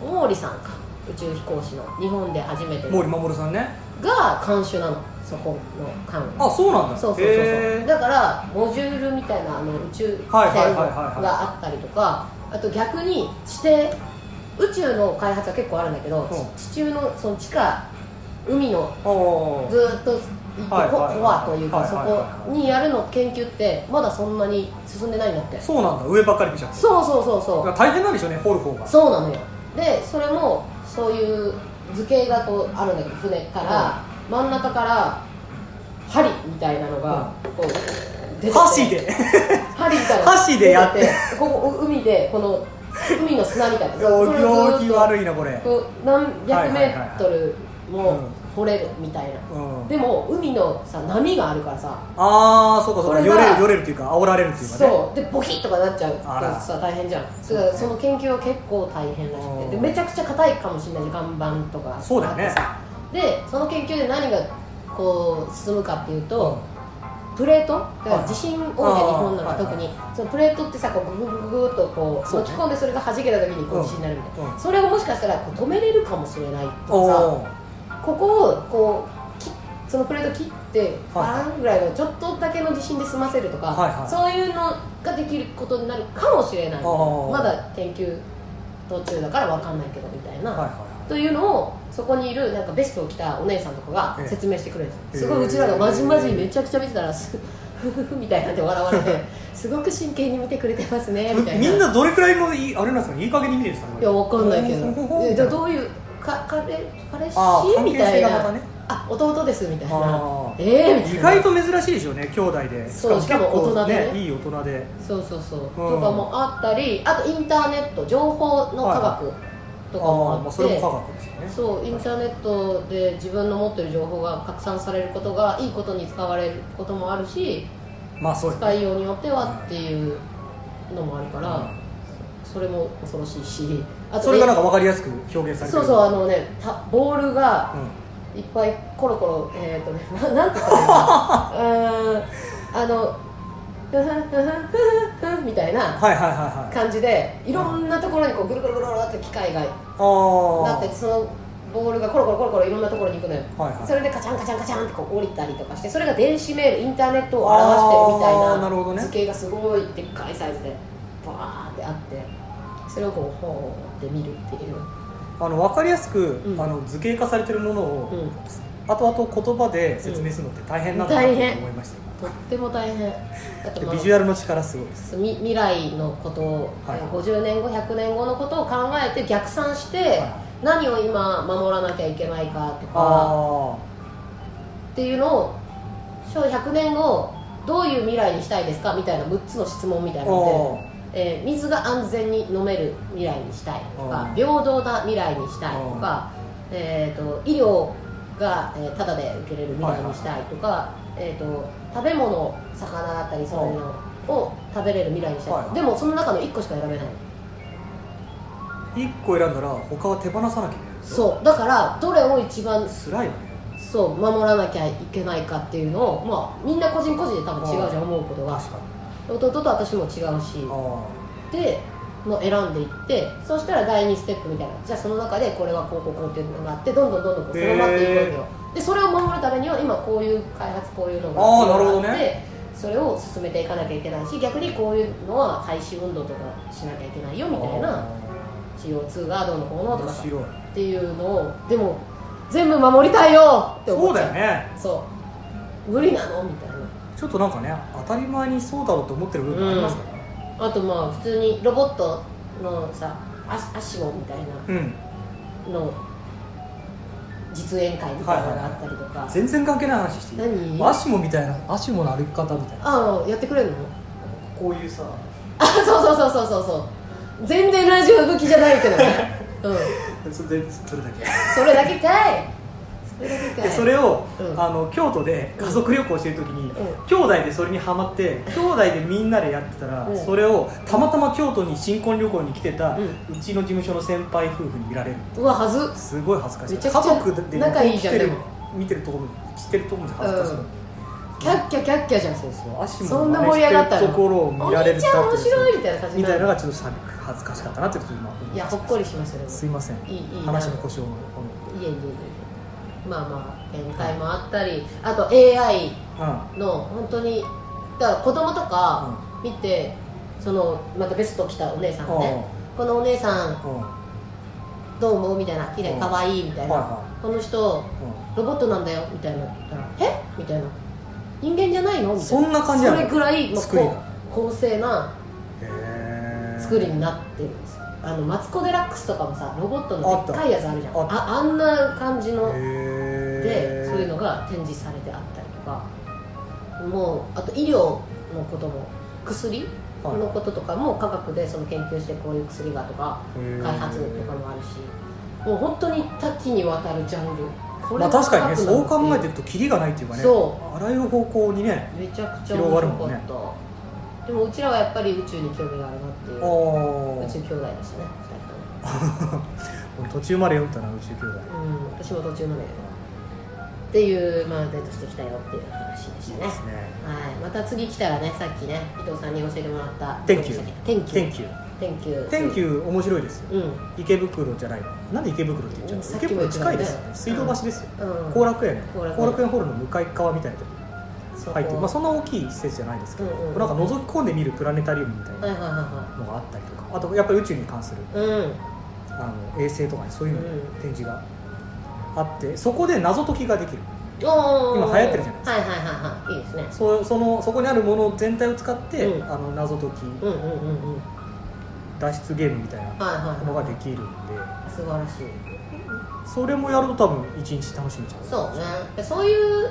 毛利さんか宇宙飛行士の日本で初めて
毛利守さんね
が監修なのそこの監
あそうなんだ
そうそうそう
へ
そう
ー
だからモジュールみたいなあの宇宙船
はいはいはいはいはい
があったりとかあと逆に地底宇宙の開発は結構あるんだけど、
うん
地中のその地下海の
あー
ずーっと行ってコ,、
はいはいはい
コアというか
はい
そ
はいはい
こにやるの研究ってまだそんなに進んでないんだって
そうなんだ上ばっかり見ちゃって
そうそうそう
だか
そ
ら大変なんでしょうね掘る方が
うそうなのよでそれもそういう図形がこうあるんだけど船から、真ん中から針みたいなのがこう出てきて
箸で
針みたいな
箸でやって
出ここ海でこの海の砂みたいな
行
それをずっと
儀悪いなこれ
こう何百メートル
はいはいはいはい
も掘れるみたいな、
うん
でも海のさ波があるからさ
ああそうかそうか
こ
よ
れが
れよれるというか煽られるというかね
そうでボキッとかなっちゃう
あら
とさ大変じゃん
そ
だか
うだね
らその研究は結構大変らしく
うん
てでめちゃくちゃ硬いかもしれない岩盤とか
そうだよね
あってさでその研究で何がこう進むかっていうと、プレートだから地震多いじゃん
あー
日本なん
はい
か
はい
特にそのプレートってさこうグググググっとこう
そうね
巻き込んでそれが弾けた時にこう地震になるみたいな、
うん
それをもしかしたらこう止めれるかもしれないとか
おー
さここをこうきそのプレート切って
はい
バーンぐらいのちょっとだけの地震で済ませるとか、
はいはい
そういうのができることになるかもしれない
おー
まだ研究途中だから分かんないけどみたいな、
はいはい
というのをそこにいるなんかベストを着たお姉さんとか
え
が
え
説明してくれるんですよす
ええ
ごいうちらがまじまじめちゃくちゃ見てたらすふふふみたいになって笑われてすごく真剣に見てくれてますねみたいな
みみんなどれくらいのいいあれなんですかねいい加減に見てるんですかね
いやわかんないけ どえじゃあ
う
どういうか彼彼
あー
氏
関
み
係
た
性
い
がまた
な、
ね
あ弟ですみたい
あ
な
ー
ええみたいな
意外と珍しいでしょうね兄弟で
そう
しかも
しかも
結構
大人でね
いい大人で
そうそうそう、とかもあったりあとインターネット情報の科学とかもあ
あ
っ
ー
て、
まあそれも科学ですよね
そうインターネットで自分の持ってる情報が拡散されることがいいことに使われることもあるし
まあそうですね
使いようによってはっていうのもあるから、それも恐ろしいしあ
それがなん
か
か分かりやすく表現されて
そ
る
うそうあのねたボールが
うん
いっぱいコロコロえっ、ー、とね ななんて言ったらいいのうーんあのふふふふふふみたいな
はいはいはいはい
感じでいろんなところにこうぐるぐるぐるぐるって機械がな
あ
っててそのボールがコロコロコロコロいろんなところに行くのよ
あはいはい
それでカチャンカチャンカチャンってこう降りたりとかしてそれが電子メールインターネットを表してるみ
あーなるほ
た
ど
い
ね
な図形がすごいでっかいサイズでバーってあってそれをこうほーって見るっていう、
あの分かりやすく、
うん
あの図形化されてるものを、
うん、
後々言葉で説明するのって大変なんだな
大
と
変
思いました、
とっても大変あと、まあ
ビジュアルの力すごいです
み未来のことを、
はい
50年後100年後のことを考えて逆算して、
はい
何を今守らなきゃいけないかとか
あ
っていうのを将来100年後どういう未来にしたいですかみたいな6つの質問みたい
あ
なので、えー水が安全に飲める未来にしたいとか
あー
平等な未来にしたいとか、えー、と医療が、えータダで受けれる未来にしたいとか、えー、と食べ物魚だったりそういうのを食べれる未来にしたい、
はいはい
でもその中の1個しか選べない
一個選んだら他は手放さなきゃいけないですよ
そうだからどれを一番
辛いよね
そう守らなきゃいけないかっていうのを、まあ、みんな個人個人で多分違うじゃん思うことが
確かに
弟と私も違うし
あ
でもう選んでいってそしたら第2ステップみたいなじゃあその中でこれはこうこうこうっていうのがあってどんどんどんどんこう
へー
広がっていくわけよでそれを守るためには今こういう開発こういうのが
あー
っていうの
なるほど
があって
ね
それを進めていかなきゃいけないし逆にこういうのは廃止運動とかしなきゃいけないよ
あ
みたいな
あ
CO2 がどうのこうのと
面
かさ
白い
っていうのをでも全部守りたいよって
そ
思っ
う
ち
だ
ゃ
よ
う
ね
そう無理なのみたいな
ちょっとなんかね当たり前にそうだろうと思ってる部分もありますからね
あとまあ普通にロボットのさアシゴみたいな
うん、
の実演会みたいなのがあったりとか、
全然関係ない話していい
何
アシモみたいなアシモの歩き方みたいな
ああやってくれるの
こういうさ
あそうそうそうそうそうそう全然ラジオ向きじゃないけ どね、うん、
それでそれだけ
それだけかいそれだけか
で
い
それを、
うん
あの京都で家族旅行してる時に、
うん
兄弟でそれにハマって兄弟でみんなでやってたら、
うん
それをたまたま京都に新婚旅行に来てた、
う
うんちの事務所の先輩夫婦に見られる
うわはず
すごい恥ずかしい
めちゃ
家
くちゃ
族で
仲いいじゃん
見てる
でも
見てるところ知ってるところも恥ずかしい、
うんキャッキャキャッキャじゃんそうそう
そう足
そ
も
んな
ね
盛り上がった
してるところを見られる
お兄ちゃん面白い
み
みたいな感じ
み
に
たい
なる
なのがちょっと寂恥ずかしかったなってちょっと今思
いやほっこりしましたね
すいません
いいいい
話の故障の
いえいえいえまあまあ宴会もあったりあと AI
うんうん
の本当にだから子供とか見て、そのまたベスト着たお姉さんがね、このお姉さん
うん
どう思うみたいな綺麗
うん
可愛いみたいな、
はいは
この人ロボットなんだよみたいな言ったら「えみたいな「人間じゃないの?」みたい
そ
なん
な感じな
そ
の
れぐらい、まあ、
作りが
こう公正な
へー
作りになってるんですよあのマツコ・デラックスとかもさロボット
あ
の
っ
で
た
っかいやつあるじゃん
あ
あ
った
あんな感じの
へ
で
ー
そういうのが展示されてあったりとかもうあと医療のことも薬
はい
のこととかも科学でその研究してこういう薬がとか
へー
開発とかもあるしもう本当に多岐にわたるジャンルこ
まあ確かにね
科学な
そ
ん
う
て
考えてるとキリがないっていうかね
そ
あらゆる方向にね
めちゃくちゃ面白か
広が
っ
る
た、でもうちらはやっぱり宇宙に興味があるなってい
あ
う宇宙
ー
兄弟でしたね
俺途中まで読んだな宇宙兄弟
二人ともうん私も途中までっていうまあデートしてきたよっていう話でしたね
ですね
はい、また次来たらねさっきね伊藤さんに教えてもらった
天球
天球
天球
天球
天球面白いですよ
うん
池袋じゃないのなんで池袋って言っちゃうの
さっ
池
きも言
袋
ってた
近
ね
いですよね水道橋ですよ
うん
後楽園
後楽園
後楽園ホールの向かい側みたいなとこ
そこ
入ってるまあそんな大きい施設じゃないですけど
うんうん
なんか覗き込んで見るプラネタリウムみたい
はい
な
はいは
のがあったりとかあとやっぱり宇宙に関する
いはい
あの衛星とかにそういうの
うん
展示があってそこで謎解きができる
うんおー
今流行ってるじゃないですか
はいはいはいはいいいですね
そそのそこにあるもの全体を使って、
うん
あの謎解き
うんうんうんうんはい
脱出ゲームみたいな
はい
の
は
ができるんで
い素晴らしい
それもやると多分一日楽しめちゃう
そうねでそういう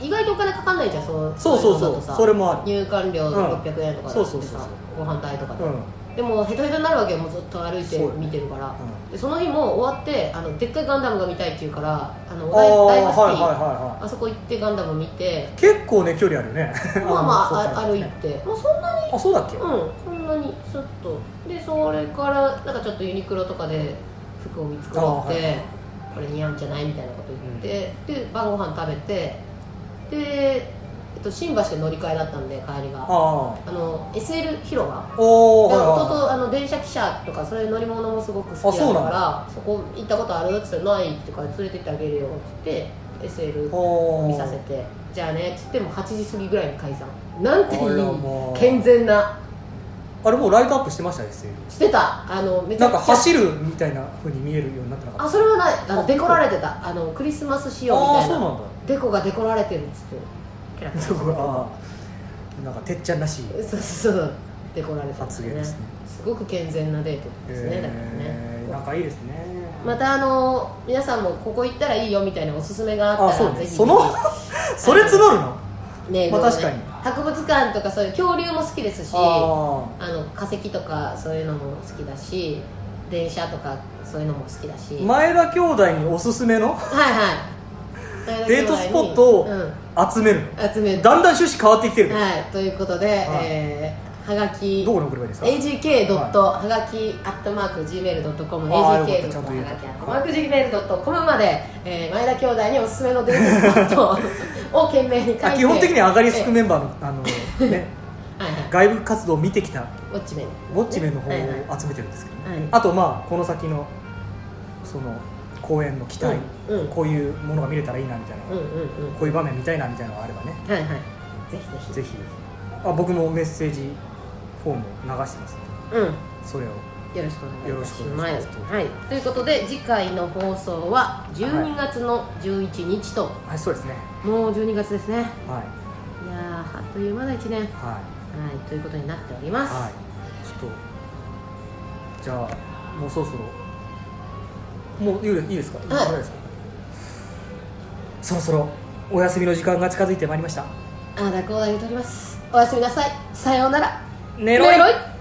意外とお金かかんないじゃんそう
そうそ
い
う
の
そ
だ
う
とさ
それもある
入館料600円とかだってさ、
うんそうそうそうそう
ご飯代とかで、
うん
でもヘトヘトになるわけよもうずっと歩いて
そう
見てるから
う
でその日も終わってあのでっかいガンダムが見たいって言うからあの
あー
お台ダイ
はい
バーシテ
はいはい
ィ
は
あそこ行ってガンダム見て
い結構ね距 離あるよね
まあま ああ
の
歩
そう
い
か
てもうそんなに
あそうだっけ、
うんそんなにちょっとでそれからなんかちょっとユニクロとかで服を見繕って、
あはい
これ似合うんじゃないみたいなこと言って、で晩ご飯食べてで、えっと、新橋で乗り換えだったんで帰りがあ
あ
の SL 広場
あおお
で
はい
弟
は
あの電車汽車とかそういう乗り物もすごく好きだ
あそう
か
なん
らそこ行ったことあるって言ったら「ない」とか連れてってあげるよって言って SL
いおー
見させて「じゃあね」っつっても8時過ぎぐらいに解散なんてい
あら
い
まあ
健全な
あれもうライトアップしてましたね SL
してたあのめち
な
ゃ
んか
くちゃ
走るみたいな風に見えるようになってなか
あ
っ
それはないあ
あ
のデコられてたあのクリスマス仕
た
様み
ああ
たい
そう
な
なんだ
デコがデコられてるっつってキラ キラ
そこがああなんかてっちゃんらしい
そうそうそうで来られたんです
発
よ
言
ね
ですすね
ごく健全なデートですね、だから
えー
ね
仲いいですね
またあの皆さんもここ行ったらいいよみたいなおすすめがあ
あ
った
そ
ら
う
ぜ
ね
ひ
そのそれ募るの
ね
ま
いろい
あ
ろね
確かに
博物館とかそういう恐竜も好きですしあ
あ
の化石とかそういうのも好きだし電車とかそういうのも好きだし、
あ前田兄弟におすすめの
はいはい
デートスポットを
うん、
集めるの
集め
だんだん趣旨変わってきてるの
はいということで、
い
えーはがき
どこに送ればいいですか
agk.
は
はがきアットマーク gmail.com
あー
agk.
よかったちゃんと言えた
はがきアットマーク gmail.com まで、えー前田兄弟におすすめのデートスポットをを懸命に書いて
あ基本的にアガリスク
え
メンバーのあの、ね、
ーはいはい
外部活動を見てきた
ウォッチメン
ウォッチメンの方を
はいはい
集めてるんですけどね、
はい
あとまあこの先のその公演の期
うん
待、
うん
こういうものが見れたらいいなみたいな、
うんうんうん
こういう場面見たいなみたいなのがあればね
はいはいぜひぜひ
ぜひあ僕もメッセージフォームを流してます
うん
それを
よろしくお願いいたし
よ
ま
ろし
す
くお願いします
はい、ということで次回の放送は12月の11日と、
はいそうですね
もう12月ですねいや
はい
ーあっという間の1年は
はい
いということになっております、
はいちょっとじゃあもうそろそろもういいいいですか、
はい
いいですかそろそろお休みの時間が近づいてまいりました
ああだこうだ言うとりますおやすみなさいさようなら
寝
ろい